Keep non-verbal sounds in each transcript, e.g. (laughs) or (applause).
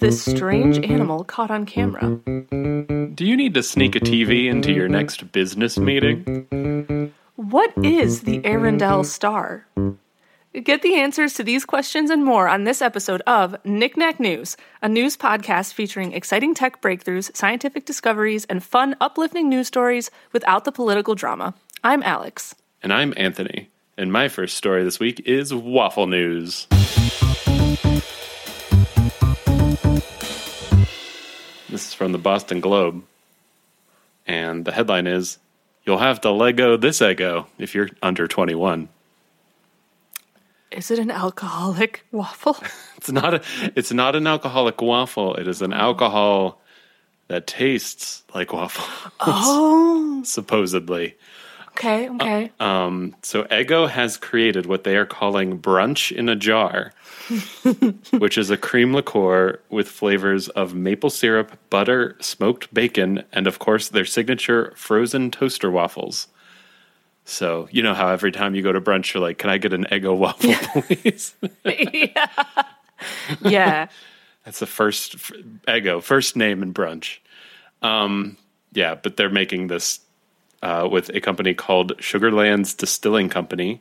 this strange animal caught on camera. Do you need to sneak a TV into your next business meeting? What is the Arendelle star? Get the answers to these questions and more on this episode of Knickknack News, a news podcast featuring exciting tech breakthroughs, scientific discoveries, and fun, uplifting news stories without the political drama. I'm Alex. And I'm Anthony, and my first story this week is waffle news. This is from the Boston Globe, and the headline is You'll have to Lego this Eggo if you're under 21. Is it an alcoholic (laughs) waffle? It's not a, it's not an alcoholic waffle. It is an alcohol that tastes like waffle, Oh, (laughs) supposedly. (laughs) okay, okay. Um, so Eggo has created what they are calling brunch in a jar, which is a cream liqueur with flavors of maple syrup, butter, smoked bacon, and of course their signature frozen toaster waffles. So you know how every time you go to brunch, you're like, "Can I get an Eggo waffle, please?" (laughs) yeah. yeah. That's the first f- Eggo, first name in brunch. Um, yeah, but they're making this uh, with a company called Sugarlands Distilling Company.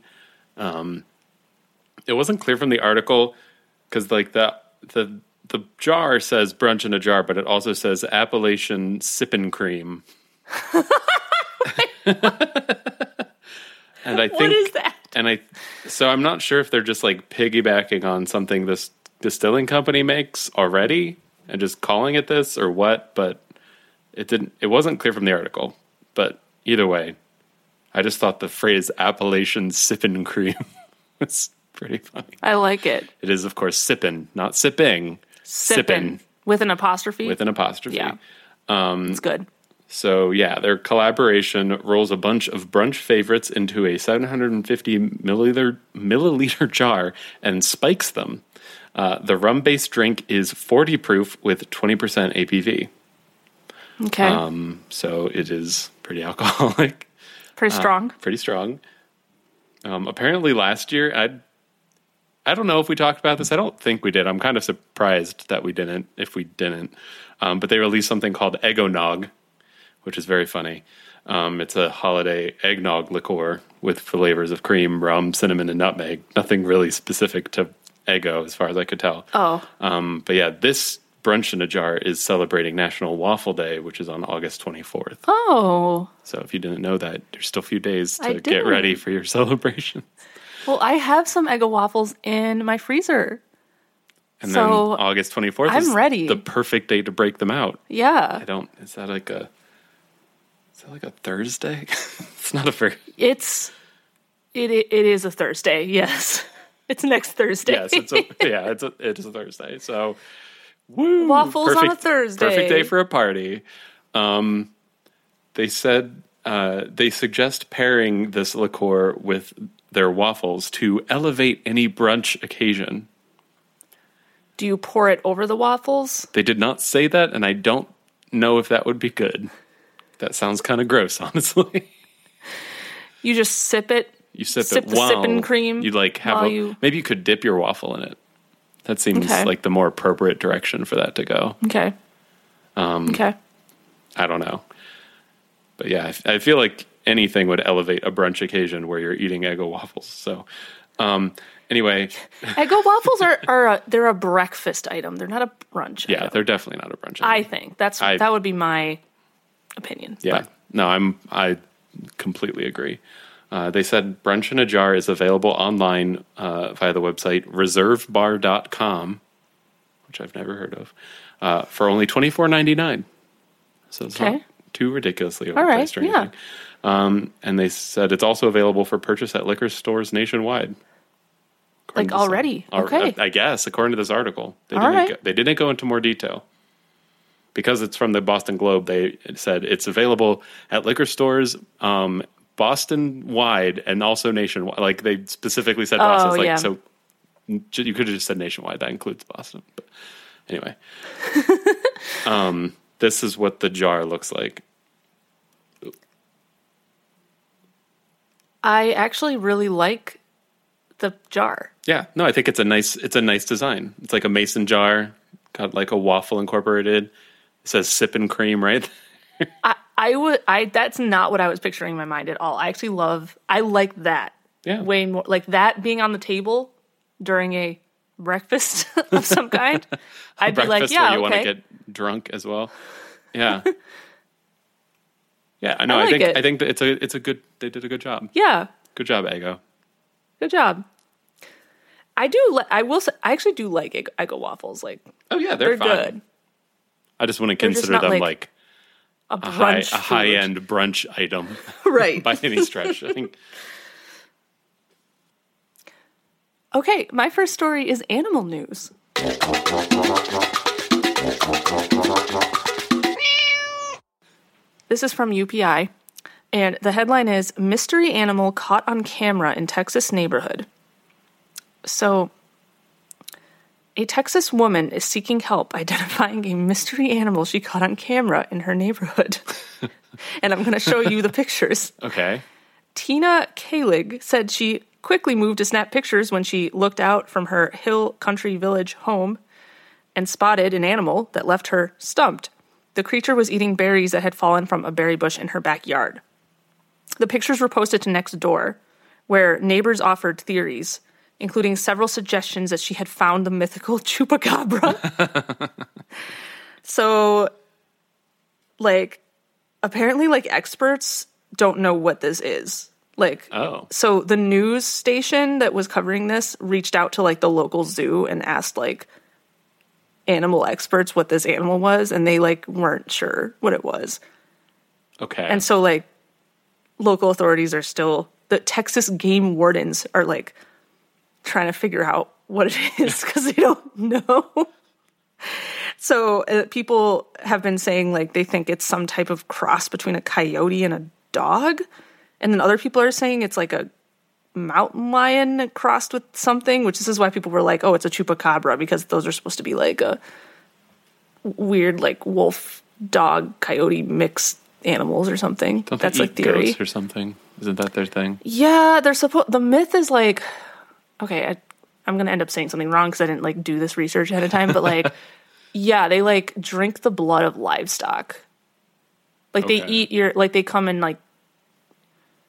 Um, it wasn't clear from the article because, like the the the jar says brunch in a jar, but it also says Appalachian sippin' (laughs) cream. (laughs) and I think What is that? and I so I'm not sure if they're just like piggybacking on something this distilling company makes already and just calling it this or what, but it didn't it wasn't clear from the article. But either way, I just thought the phrase Appalachian sippin' cream (laughs) was pretty funny. I like it. It is of course sippin', not sipping. Sippin'. With an apostrophe. with an apostrophe. Yeah. it's good. So yeah, their collaboration rolls a bunch of brunch favorites into a 750 milliliter milliliter jar and spikes them. Uh, the rum-based drink is 40 proof with 20% APV, Okay. um, so it is pretty alcoholic, uh, Pretty strong. pretty strong. Um, apparently, last year I I don't know if we talked about this. I don't think we did. I'm kind of surprised that we didn't. If we didn't, um, but they released something called Eggonog, which is very funny. Um, it's a holiday eggnog liqueur with flavors of cream, rum, cinnamon, and nutmeg. Nothing really specific to Eggo, as far as I could tell. Oh. Um, but yeah, this brunch in a jar is celebrating National Waffle Day, which is on August 24th. Oh. So if you didn't know that, there's still a few days I to get didn't. ready for your (laughs) celebration. Well, I have some Eggo waffles in my freezer. And So, then August 24th I'm is ready. the perfect day to break them out. Yeah. I don't is that like a is that like a Thursday? (laughs) it's not a very It's it it is a Thursday. (laughs) Yes. It's next Thursday. Yes, it's a yeah, it's a it is a Thursday. So woo, (laughs) Waffles on a Thursday. Perfect day for a party. Um they said uh, they suggest pairing this liqueur with their waffles to elevate any brunch occasion. Do you pour it over the waffles? They did not say that, and I don't know if that would be good. That sounds kind of gross, (laughs) honestly. You just sip it. You sip, Sip it the while sippin' cream You like have while a, you- maybe you could dip your waffle in it. That seems Okay. like the more appropriate direction for that to go. Okay. Um, (laughs) okay. I don't know, but yeah, I f- I, feel like anything would elevate a brunch occasion where you're eating Eggo waffles. So, um, anyway, Eggo waffles are are a, they're a breakfast item. They're not a brunch. yeah, item. they're definitely not a brunch. I item. think that's I- that would be my opinion. Yeah. But- No, I'm I completely agree. Uh, they said brunch in a jar is available online uh, via the website reservebar.com, which I've never heard of, uh, for only twenty four ninety nine. So it's not Okay. too ridiculously All right, overpriced or yeah. anything. Um, and they said it's also available for purchase at liquor stores nationwide. According Like to this- already? Al- Okay. I guess according to this article, they All didn't right. go, they didn't go into more detail because it's from the Boston Globe, they said it's available at liquor stores, um, Boston wide, and also nationwide. Like they specifically said Boston. It's like, yeah. So j- you could have just said nationwide. That includes Boston. But anyway, um, this is what the jar looks like. I actually really like the jar. Yeah, no, I think it's a nice it's a nice design. It's like a mason jar, God, like a waffle incorporated. It says sip and cream right (laughs) I, I would. I that's not what I was picturing in my mind at all. I actually love. I like that Yeah. way more. Like that being on the table during a breakfast (laughs) of (laughs) some kind. I'd be like, breakfast yeah, where you want okay. to get drunk as well. (laughs) Yeah. yeah, I know. I, I like think it. I think that it's a it's a good they did a good job. yeah, Good job, Ego. good job. I do. Li- I will. Say, I actually do like egg, Eggo waffles. Like Oh yeah, they're, they're fine. good. I just wouldn't just consider not them like like, A a high brunch, a high end brunch item (laughs) food. (laughs) right? by any stretch. I think Okay, my first story is animal news. This is from UPI, and the headline is Mystery Animal Caught on Camera in Texas Neighborhood. So, a Texas woman is seeking help (laughs) identifying a mystery animal she caught on camera in her neighborhood. and I'm going to show you the pictures. okay. Tina Kalig said she quickly moved to snap pictures when she looked out from her hill country village home and spotted an animal that left her stumped. The creature was eating berries that had fallen from a berry bush in her backyard. The pictures were posted to Next Door, where neighbors offered theories, including several suggestions that she had found the mythical (laughs) chupacabra. so, like, apparently, like, experts don't know what this is. Like, Oh. so the news station that was covering this reached out to, like, the local zoo and asked, like, animal experts what this animal was, and they, like, weren't sure what it was. Okay. And so like local authorities are still the Texas game wardens are like trying to figure out what it (laughs) is cuz they don't know. (laughs) so uh, people have been saying like they think it's some type of cross between a coyote and a dog. And then other people are saying it's like a mountain lion crossed with something, which this is why people were like, "Oh, it's a chupacabra" because those are supposed to be like a weird like wolf dog coyote mixed animals or something. Don't they That's like eat theory. goats or something. Isn't that their thing? Yeah, they're supposed. The myth is like, okay, I, I'm gonna end up saying something wrong because I didn't like do this research ahead of time. But like, yeah, they like drink the blood of livestock. Like they Okay. eat your like they come in like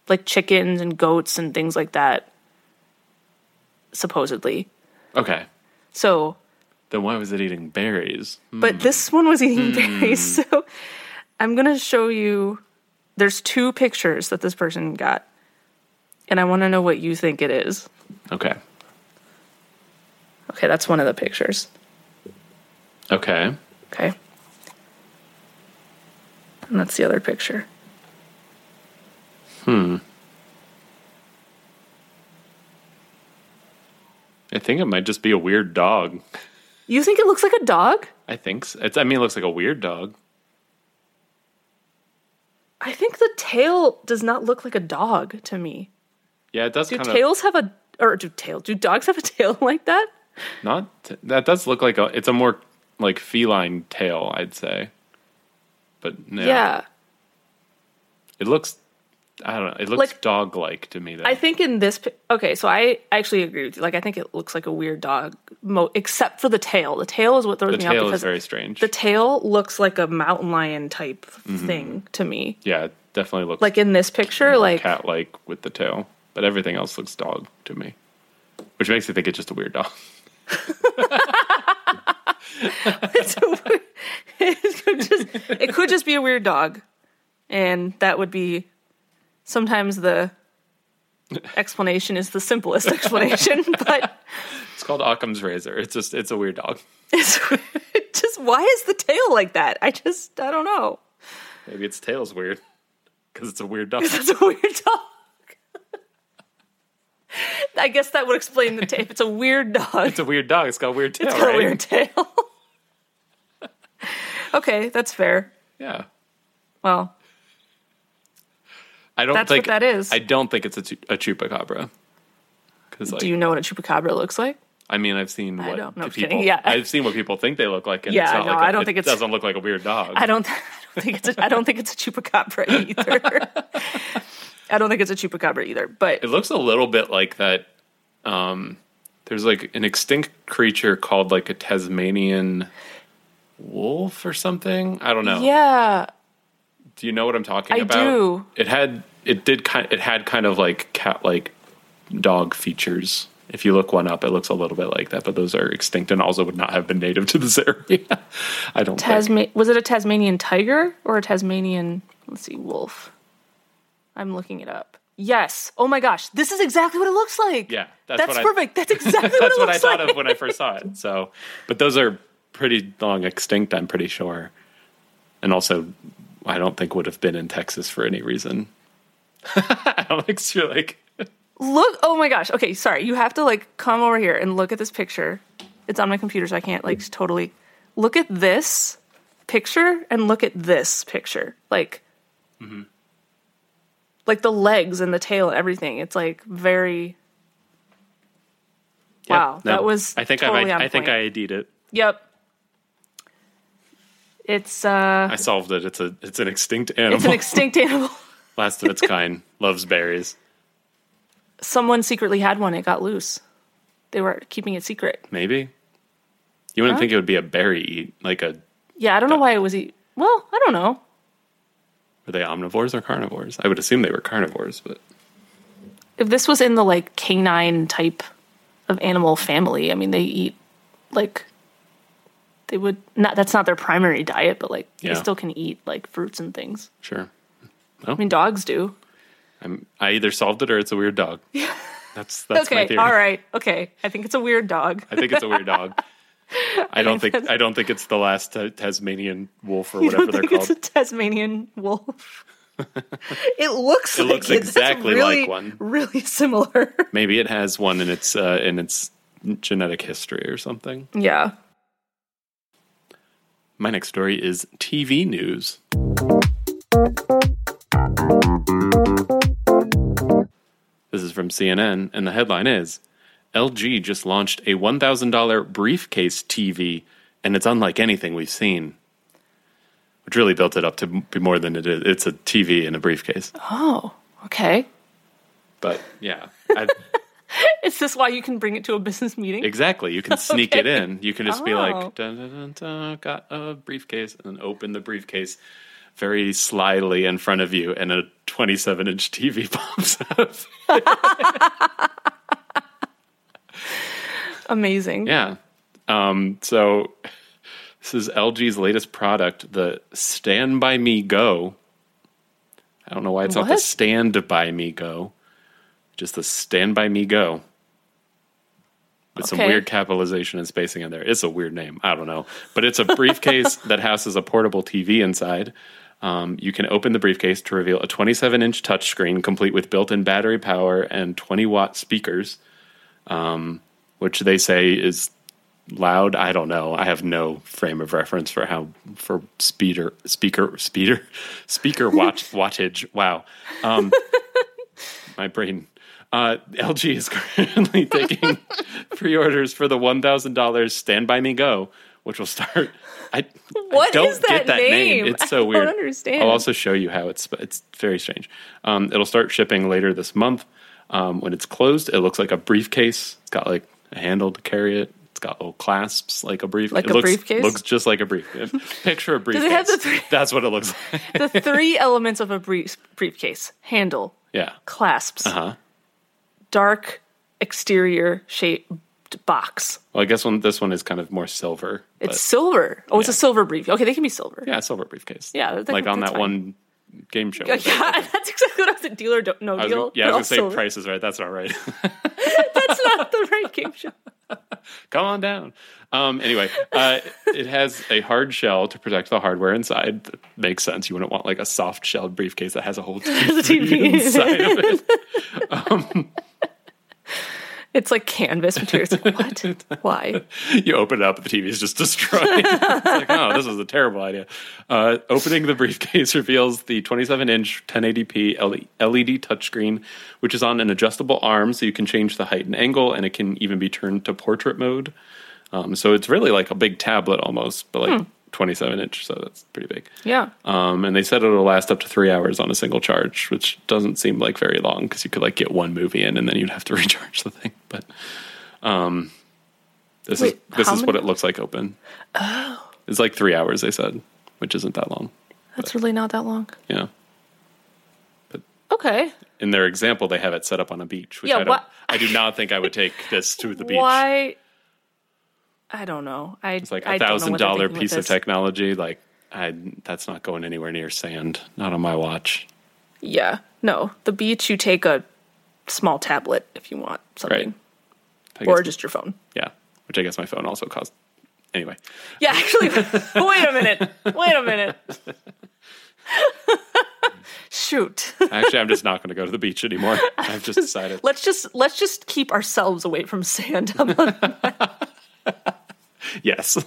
like chickens and goats and things like that. Supposedly, Okay. so Then why was it eating berries? but this one was eating berries. (laughs) So I'm going to show you. There's two pictures that this person got, and I want to know what you think it is. Okay. Okay, that's one of the pictures. Okay. Okay. And that's the other picture. I think it might just be a weird dog. You think it looks like a dog? I think so. It's, I mean, it looks like a weird dog. I think the tail does not look like a dog to me. Yeah, it does Do kind of tails have a or do tail do dogs have a tail (laughs) like that? Not that does look like a. It's a more like feline tail, I'd say. But no, Yeah. it looks. I don't know. It looks Like- dog-like to me. Though. I think in this pic- okay, so I actually agree with you. Like I think it looks like a weird dog mo- except for the tail. The tail is what throws the me tail off is because very strange. the tail looks like a mountain lion type Mm-hmm. thing to me. yeah, it definitely looks Like in this picture like cat-like with the tail, but everything else looks dog to me, which makes me think it's just a weird dog. (laughs) (laughs) it's a weird, it could just it could just be a weird dog, and that would be sometimes the explanation is the simplest (laughs) explanation, but It's called Occam's razor. It's just it's a weird dog. it's (laughs) just why is the tail like that? I just I don't know. Maybe its tail's weird because it's a weird (laughs) dog. That's a weird dog. I guess that would explain the tail. If it's a weird dog, It's a weird dog. It's got a weird tail, it's got right? a weird tail. (laughs) okay, that's fair. Yeah. Well, I don't That's what think that is. I don't think it's a, chu- a chupacabra. 'Cause, Like, do you know what a chupacabra looks like? I mean, I've seen what don't the know. I'm kidding. people. Yeah. I've seen what people think they look like. And Yeah, it's not no, like I don't it think it's- doesn't look like a weird dog. I don't. (laughs) I don't think it's. A, I don't think it's a chupacabra either. (laughs) I don't think it's a chupacabra either. But it looks a little bit like that. Um, there's like an extinct creature called like a Tasmanian wolf or something. I don't know. Yeah. Do you know what I'm talking I about? do. It had it did kind it had kind of like cat like dog features. If you look one up, it looks a little bit like that, but those are extinct and also would not have been native to this (laughs) area. I don't think. Tasma- was it a Tasmanian tiger or a Tasmanian, let's see, wolf? I'm looking it up. Yes. Oh my gosh. This is exactly what it looks like. Yeah, that's That's, what I- perfect. that's exactly (laughs) what That's it what I looks thought like. of when I first saw it. So, but those are pretty long extinct, I'm pretty sure. And also, I don't think would have been in Texas for any reason. (laughs) Alex, you're like, Look. Oh my gosh. Okay. Sorry. You have to like come over here and look at this picture. It's on my computer, so I can't like totally look at this picture and look at this picture. Like, Mm-hmm. like the legs and the tail and everything. It's like very. yeah, wow. no, that was. I think totally I, on I think point. I ID'd (laughs) it. Yep. It's uh. I solved it. It's a it's an extinct animal, It's an extinct (laughs) animal. last (laughs) of its kind. Loves berries. Someone secretly had one. It got loose. They were keeping it secret. Maybe you wouldn't think it would be a berry eat. Like a Yeah, I don't know why it was. E- well, I don't know. were they omnivores or carnivores? I would assume they were carnivores, but If this was in the like canine type of animal family, I mean, they eat like they would not. That's not their primary diet, but like Yeah. they still can eat like fruits and things. sure. I mean, dogs do. I'm I either solved it or it's a weird (laughs) dog. That's that's my okay, theory. all right. Okay, I think it's a weird dog. I think it's a weird (laughs) dog. I don't think I don't think it's the last Ta- Tasmanian wolf or whatever (laughs) I they're think called. it's a Tasmanian (laughs) wolf. it looks. It like looks it. That's exactly really, like one. Really similar. Maybe it has one in its uh, in its genetic history or something. yeah. My next story is TV news. This is from CNN, and the headline is LG just launched a $1,000 briefcase TV, and it's unlike anything we've seen. Which really built it up to be more than it is. It's a TV in a briefcase. Oh. Okay. But yeah, (laughs) I, Is this why you can bring it to a business meeting? exactly. You can sneak it in. You can just be Oh. like, dun, dun, dun, dun, got a briefcase, and open the briefcase very slyly in front of you, and a 27 inch TV (laughs) pops up. Amazing. Yeah. Um, so this is LG's latest product, the Stand By Me Go. I don't know why it's not the What? Stand By Me Go, just the Stand By Me Go. With some Okay. weird capitalization and spacing in there. It's a weird name. I don't know. But it's a briefcase that houses a portable TV inside. Um, you can open the briefcase to reveal a 27 inch touchscreen complete with built in battery power and 20 watt speakers um, which they say is loud. I don't know. I have no frame of reference for how for speeder speaker speeder (laughs) speaker (laughs) watch wattage. Wow, um, my brain. Uh, LG is (laughs) currently (laughs) taking pre-orders for the one thousand dollars Stand by Me Go, which will start. I, What I don't is get that that name. name? (laughs) It's I so don't weird. Oh, understand. I'll also show you how it's. It's very strange. Um, it'll start shipping later this month. Um, when it's closed, it looks like a briefcase. It's got like a handle to carry it. It's got little clasps like a briefcase. Like it a looks, briefcase? Looks just like a (laughs) briefcase. Picture a briefcase. it have the three- That's what it looks (laughs) like. (laughs) the three elements of a brief, briefcase handle, Yeah. clasps, Uh-huh. dark exterior shaped box. Well, I guess one, this one is kind of more silver. but- It's silver. Oh, it's a yeah. silver brief. Okay, they can be silver. yeah, silver briefcase. Yeah, that- like on that's that one fine. game (laughs) show. Yeah, (laughs) that's exactly what I was at deal or do- no I was deal. gonna- yeah, I but was gonna say also- price is right. That's not right. That's not the (laughs) right game show. come on down. Um, anyway, uh, it has a hard shell to protect the hardware inside. That makes sense. You wouldn't want like a soft shelled briefcase that has a whole TV, (laughs) TV. inside of it. (laughs) It's like canvas material. It's like, (laughs) what? Why? You open it up, the TV is just destroyed. it's like, oh, this is a terrible idea. Uh, opening the briefcase (laughs) reveals the 27 inch 1080p LED E touchscreen, which is on an adjustable arm, so you can change the height and angle, and it can even be turned to portrait mode. Um, so it's really like a big tablet almost, but like 27 inch, so that's pretty big. Yeah. Um, and they said it'll last up to three hours on a single charge, which doesn't seem like very long because you could like get one movie in and then you'd have to (laughs) recharge the thing. But um, this Wait, is this how is what it many- looks like open. Oh, It's like three hours, they said, which isn't that long. That's really not that long. Yeah. But Okay. in their example, they have it set up on a beach, which Yeah, I, don't, what- I do not think I would take this to the beach. Why? I don't know. I It's like a thousand dollar piece of technology. Like, I, that's not going anywhere near sand. Not on my watch. Yeah. No, the beach you take a small tablet if you want something, I or guess- just your phone. yeah, which I guess my phone also cost. Anyway, Yeah, actually, (laughs) wait a minute. Wait a minute. (laughs) Shoot. actually, I'm just not going to go to the beach anymore. I've just (laughs) decided. Let's just let's just keep ourselves away from sand. (laughs) I'm- Yes, (laughs)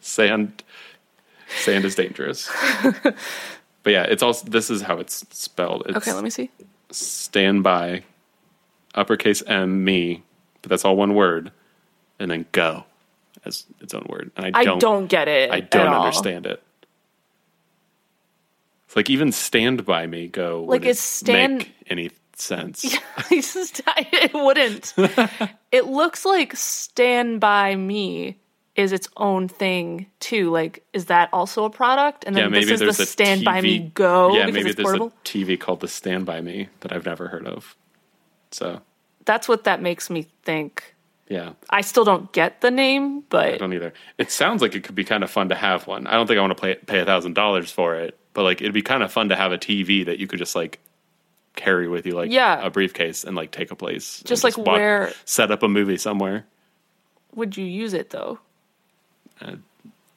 sand, sand is dangerous. But yeah, it's also this is how it's spelled. It's okay, let me see. stand by, uppercase M me, but that's all one word, and then go as its own word. And I I don't, don't, get it. I at don't all. understand it. It's like even stand by me go Like, wouldn't it's stand- make any sense. (laughs) I just- I- it wouldn't. it looks like Stand By Me is its own thing too. Like, is that also a product? And then Yeah, maybe Um, this is there's the a Stand By TV Me Go Yeah, because maybe it's there's portable. a TV called the Stand By Me that I've never heard of. So That's what that makes me think. yeah, I still don't get the name, I but don't either. It sounds like it could be kind of fun to have one. I don't think I want to pay pay a thousand dollars for it, but like it'd be kind of fun to have a TV that you could just like carry with you, like Yeah. a briefcase, and like take a place, and Just, like, where- set up a movie somewhere would you use it though?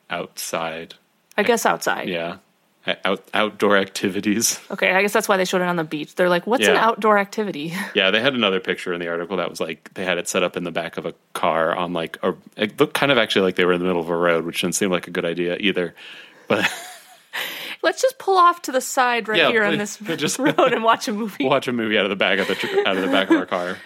outside. I guess outside. Yeah, A- out outdoor activities. Okay, I guess that's why they showed it on the beach. They're like, what's an Yeah. outdoor activity? (laughs) Yeah, they had another picture in the article that was like they had it set up in the back of a car on like a it looked kind of actually like they were in the middle of a road, which didn't seem like a good idea either. (laughs) But Let's just pull off to the side right Yeah, here on please, (laughs) this just- (laughs) road and watch (laughs) a movie. watch a movie out of the back of the tr- out of the back of our car.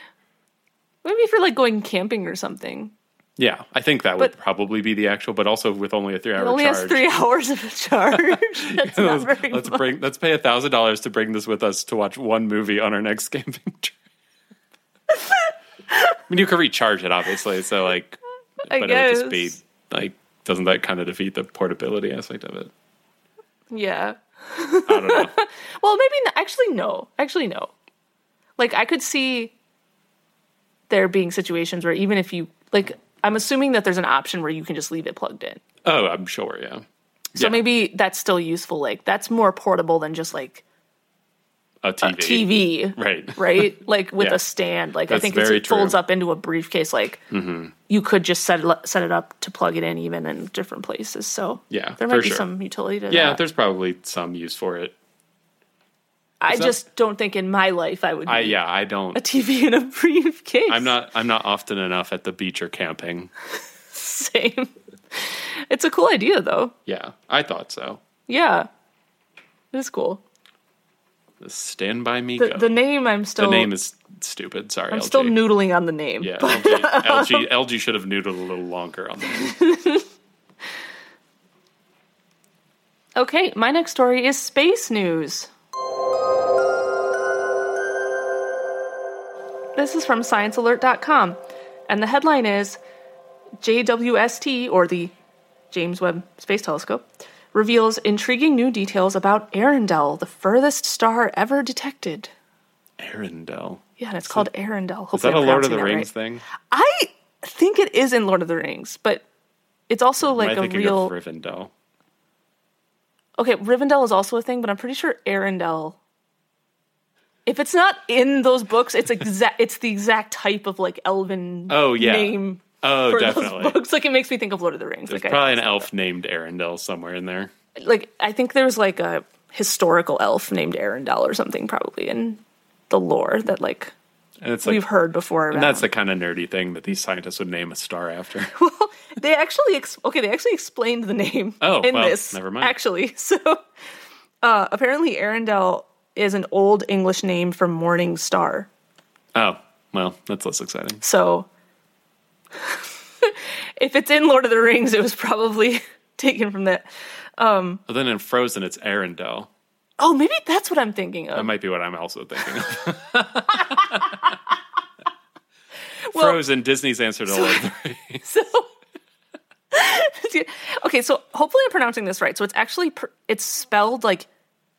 Maybe if you're like going camping or something. Yeah, I think that would But- probably be the actual, but also with only a three hour It only charge. (laughs) has three hours of a charge. That's not let's, very let's much. bring let's pay a thousand dollars to bring this with us to watch one movie on our next (laughs) camping trip. I mean, you could recharge it obviously, so like, I but guess. it would just be like, doesn't that kind of defeat the portability aspect of it? Yeah. I don't know. Well, maybe n actually no. Actually no. Like I could see there being situations where even if you like, I'm assuming that there's an option where you can just leave it plugged in. oh, I'm sure. Yeah. So Yeah, maybe that's still useful. Like that's more portable than just like Uh, a TV. TV, (laughs) Right. (laughs) right? Like with Yeah. a stand. Like That's I think very it true. folds Mm-hmm. up into a briefcase. Like you could just set it up, set it up to plug it in even in different places. So Yeah, there might for be sure. some utility to Yeah, that. there's probably some use for it. I that- just don't think in my life I would I need yeah, I don't. a TV in a (laughs) briefcase. I'm not. I'm not often enough at the beach or camping. same. It's a cool idea though. Yeah, I thought so. Yeah, it is cool. The Stand by me. The, Go. the name I'm still The name is stupid. Sorry, I'm LG. still noodling on the name. (laughs) yeah, LG, LG, LG should have noodled a little longer on that. Okay, my next story is space news. This is from sciencealert.com, and the headline is JWST, or the James Webb Space Telescope, reveals intriguing new details about Arendelle, the furthest star ever detected. Arendelle. Yeah, and it's called Arendelle. Hopefully Is that a I'm Lord of pronouncing the that right. Rings thing? I think it is in Lord of the Rings, but it's also Am like I a thinking real. of Rivendell. Okay, Rivendell is also a thing, but I'm pretty sure Arendelle. If it's not in those books, it's exact. (laughs) it's the exact type of like elven. Oh, yeah. Name Oh, for definitely. those books, like it makes me think of Lord of the Rings. There's Like, probably an elf named Arendelle somewhere in there. I, like I think there's like a historical elf named Arendelle or something probably in the lore that like And it's we've like heard before. About. that's the kind of nerdy thing that these scientists would name a star after. they actually ex- okay they actually explained the name Oh, in well, this never mind. actually (laughs) so uh, apparently arendelle is an old english name for morning star oh, well, that's less exciting. so (laughs) if it's in lord of the rings it was probably (laughs) taken from that But then in Frozen, it's Arendelle. oh maybe that's what i'm thinking (laughs) That of might be what I'm also thinking of. (laughs) Well- Frozen, Disney's answer to Lord of the Rings. so okay (laughs) Okay, so hopefully I'm pronouncing this right. So it's actually pr- it's spelled like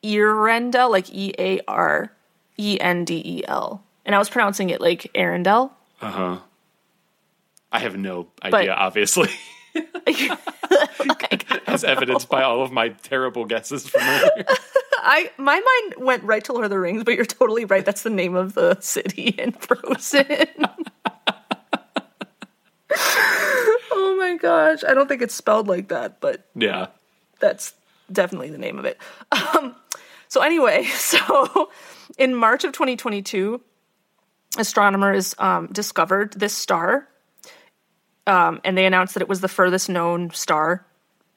Earendel, like E A R E N D E L, and I was pronouncing it like Arendelle. Uh huh. I have no idea, (laughs) obviously, (laughs) like, as evidenced by all of my terrible guesses from earlier. I my mind went right to Lord of the Rings, but you're totally right. That's the name of the city in Frozen. oh my gosh, I don't think it's spelled like that, but yeah. that's definitely the name of it. Um, so anyway, (laughs) so in March of 2022, astronomers um, discovered this star, um, and they announced that it was the furthest known star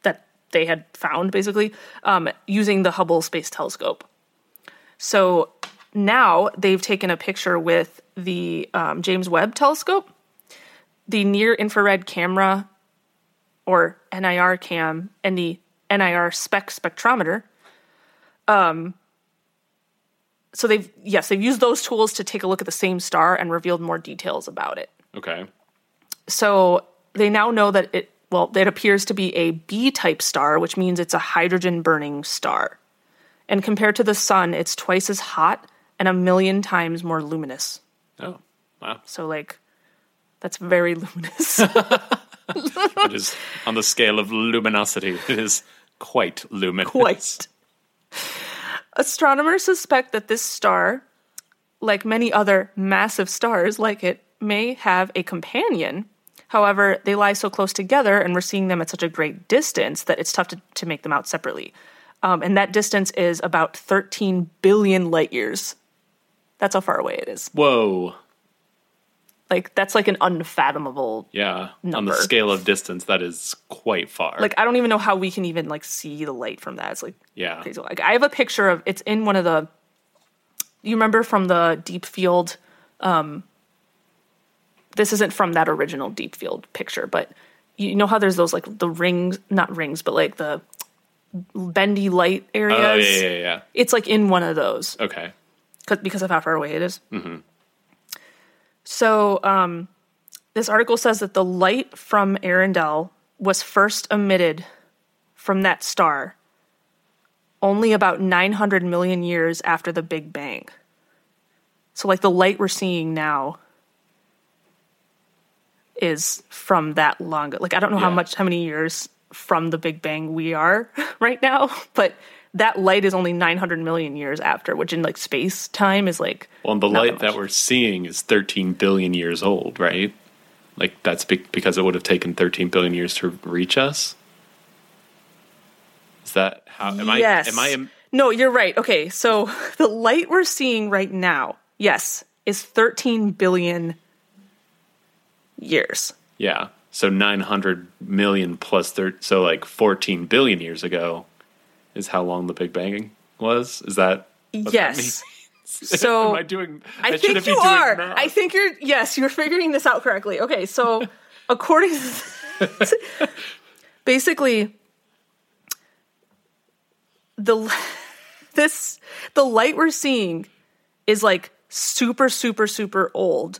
that they had found, basically um, using the Hubble Space Telescope. So now they've taken a picture with the um, James Webb Telescope, the Near Infrared Camera or NIR cam and the NIR spec spectrometer. Um, so they've yes, they've used those tools to take a look at the same star and revealed more details about it. Okay. So they now know that it well, it appears to be a B type star, which means it's a hydrogen burning star. And compared to the sun, it's twice as hot and a million times more luminous. Oh, wow. So like that's very (laughs) luminous. It is on the scale of luminosity. It is quite luminous. Quite. Astronomers suspect that this star, like many other massive stars like it, may have a companion. However, they lie so close together and we're seeing them at such a great distance that it's tough to, to make them out separately. Um, and that distance is about 13 billion light years. That's how far away it is. Whoa. Like, that's like an unfathomable. Yeah. On Number. the scale of distance, that is quite far. Like, I don't even know how we can even, like, see the light from that. It's like, yeah. crazy. Like I have a picture of it's in one of the. You remember from the deep field. Um, this isn't from that original deep field picture, but you know how there's those like the rings, not rings, but like the bendy light areas. Oh, yeah, yeah, yeah. It's like in one of those Okay. 'cause- because of how far away it is. So, um, this article says that the light from Arendelle was first emitted from that star only about 900 million years after the Big Bang. So, like the light we're seeing now is from that long. Like, I don't know how Yeah. much, how many years from the Big Bang we are (laughs) right now, but that light is only 900 million years after, which in like space time is like Well, and the Not that light that much. we're seeing is 13 billion years old, right? Like that's be- because it would have taken 13 billion years to reach us. Is that how? Am yes. I? Am I? Am, no, you're right. Okay, so (laughs) the light we're seeing right now, yes, is 13 billion years. yeah. So 900 million plus thir- so like 14 billion years ago is how long the Big Bang was. Is that? what that yes. (laughs) So Am I doing? I shouldn't think be you doing are. math. I think you're. Yes, you're figuring this out correctly. (laughs) Okay, so according, basically, the this the light we're seeing is like super, super, super old,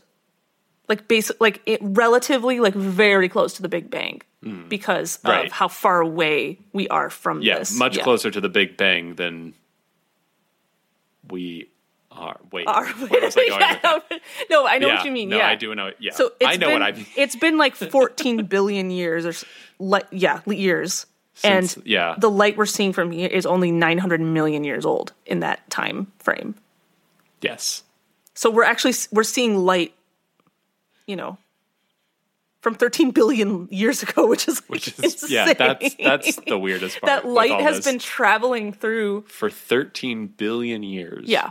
like basic, like it relatively, like very close to the Big Bang because Mm. Right. of how far away we are from yeah, this. much closer to the Big Bang than we are. Wait, (laughs) where was I going? Yeah, with that? (laughs) no, I know yeah. what you mean. No, yeah, I do know. Yeah, So it's I know been, what I mean. It's (laughs) been like 14 billion years or s- li- yeah, li- years. Since- and yeah. the light we're seeing from here is only 900 million years old in that time frame. Yes. So we're actually s- we're seeing light you know from 13 billion years ago, (laughs) which is like Which is yeah, insane. that's that's (laughs) the weirdest part. that with light all has this. been traveling through for 13 billion years. yeah.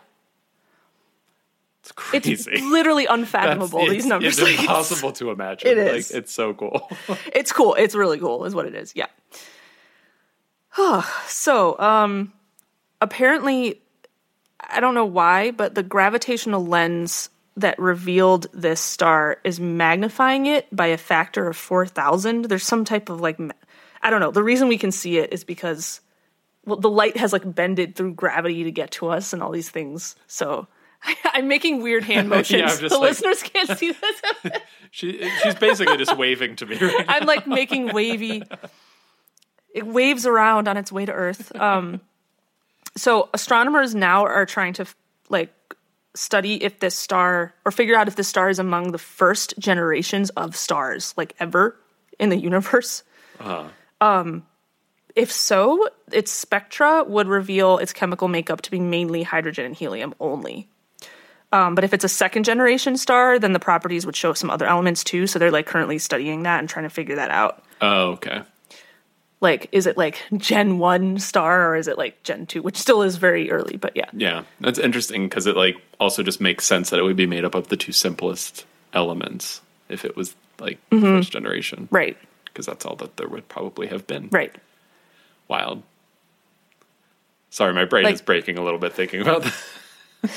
It's It's crazy. literally That's- unfathomable it's- these numbers. It's Like, (laughs) it's- impossible to imagine. it Like, is. it's so cool. (laughs) it's cool. It's really cool, is what it is. Yeah. so, um, apparently, I don't know why, but the gravitational lens that revealed this star is magnifying it by a factor of 4,000. There's some type of like, ma- I don't know. The reason we can see it is because, well, the light has like bended through gravity to get to us and all these things. So, (laughs) I'm making weird (laughs) hand motions. I'm just the like- listeners can't see this. she she's basically just waving to me. Right now. I'm like making wavy It waves around on its way to Earth. Um, so astronomers now are trying to like study if this star or figure out if this star is among the first generations of stars like ever in the universe. Um, Uh, If so, its spectra would reveal its chemical makeup to be mainly hydrogen and helium only. Um, but if it's a second generation star, then the properties would show some other elements too. So they're like currently studying that and trying to figure that out. oh, okay. Like, is it like Gen 1 star or is it like Gen 2, which still is very early, but yeah. Yeah, that's interesting because it like also just makes sense that it would be made up of the two simplest elements if it was like Mm-hmm. first generation, Right, Because that's all that there would probably have been. right. Wild. Sorry, my brain Like- is breaking a little bit thinking about that.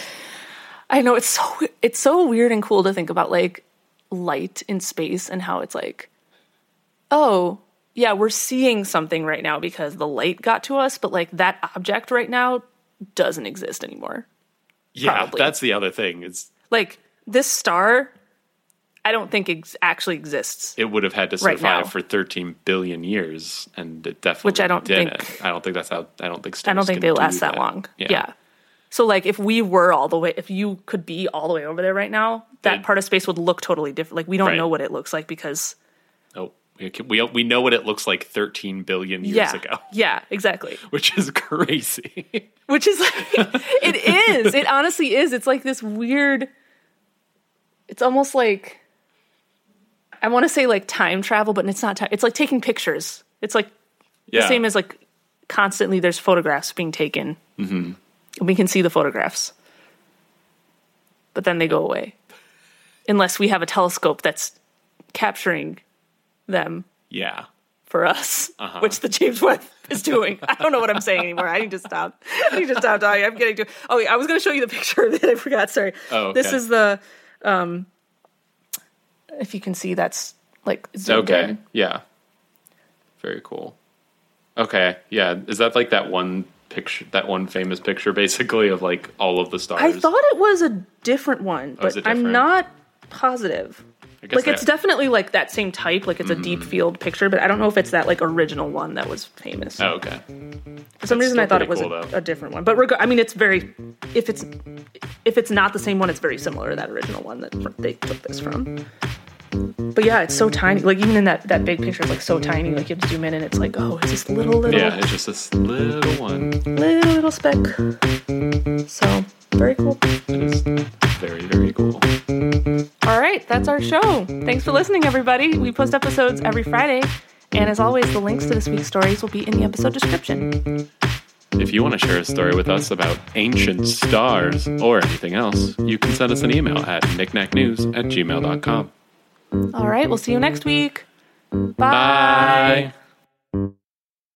I know it's so it's so weird and cool to think about like light in space and how it's like oh yeah we're seeing something right now because the light got to us but like that object right now doesn't exist anymore. (laughs) Yeah, Probably. that's the other thing is Like this star I don't think ex- actually exists. it would have had to Right survive now. for 13 billion years, and it definitely Which I don't didn't. think- I don't think that's how. I don't think. I don't think they last that, long. Yeah. So like if we were all the way if you could be all the way over there right now that They'd- part of space would look totally different. Like we don't Right. know what it looks like because Oh, we, we we know what it looks like 13 billion years yeah. ago, (laughs) Yeah, exactly. which is (laughs) crazy. which is like it is it honestly is it's like this weird it's almost like i want to say like time travel but it's not time it's like taking pictures it's like yeah. the same as like constantly there's photographs being taken mm-hmm. we can see the photographs but then they go away unless we have a telescope that's capturing them yeah. for us, Uh-huh. which the James Webb is doing. I don't know what I'm saying anymore. I need to stop. I need to stop talking. I'm getting to. Oh, wait, I was going to show you the picture (laughs) that I forgot. Sorry. Oh, okay. This is the. Um, if you can see, that's like zoomed Okay. in. Yeah. Very cool. Okay. Yeah. Is that like that one picture, that one famous picture basically of like all of the stars? I thought it was a different one, but Oh, is it I'm different? not positive. I guess Like it's that- definitely like that same type, like it's a Mm. deep field picture, but I don't know if it's that like original one that was famous. Oh, okay. For some reason, I still thought it was pretty a, cool, though. a different one. But reg- I mean, it's very if it's if it's not the same one, it's very similar to that original one that fr- they took this from. But yeah, it's so tiny. Like even in that that big picture, it's like so tiny. Like you have to zoom in, and it's like, oh, it's this little little Yeah. It's just this little one. little little speck. So very cool. It is very, very cool. All right, that's our show. Thanks for listening, everybody. We post episodes every Friday, and as always, the links to this week's stories will be in the episode description. If you want to share a story with us about ancient stars or anything else, you can send us an email at knickknacknews at gmail.com. All right, we'll see you next week. Bye.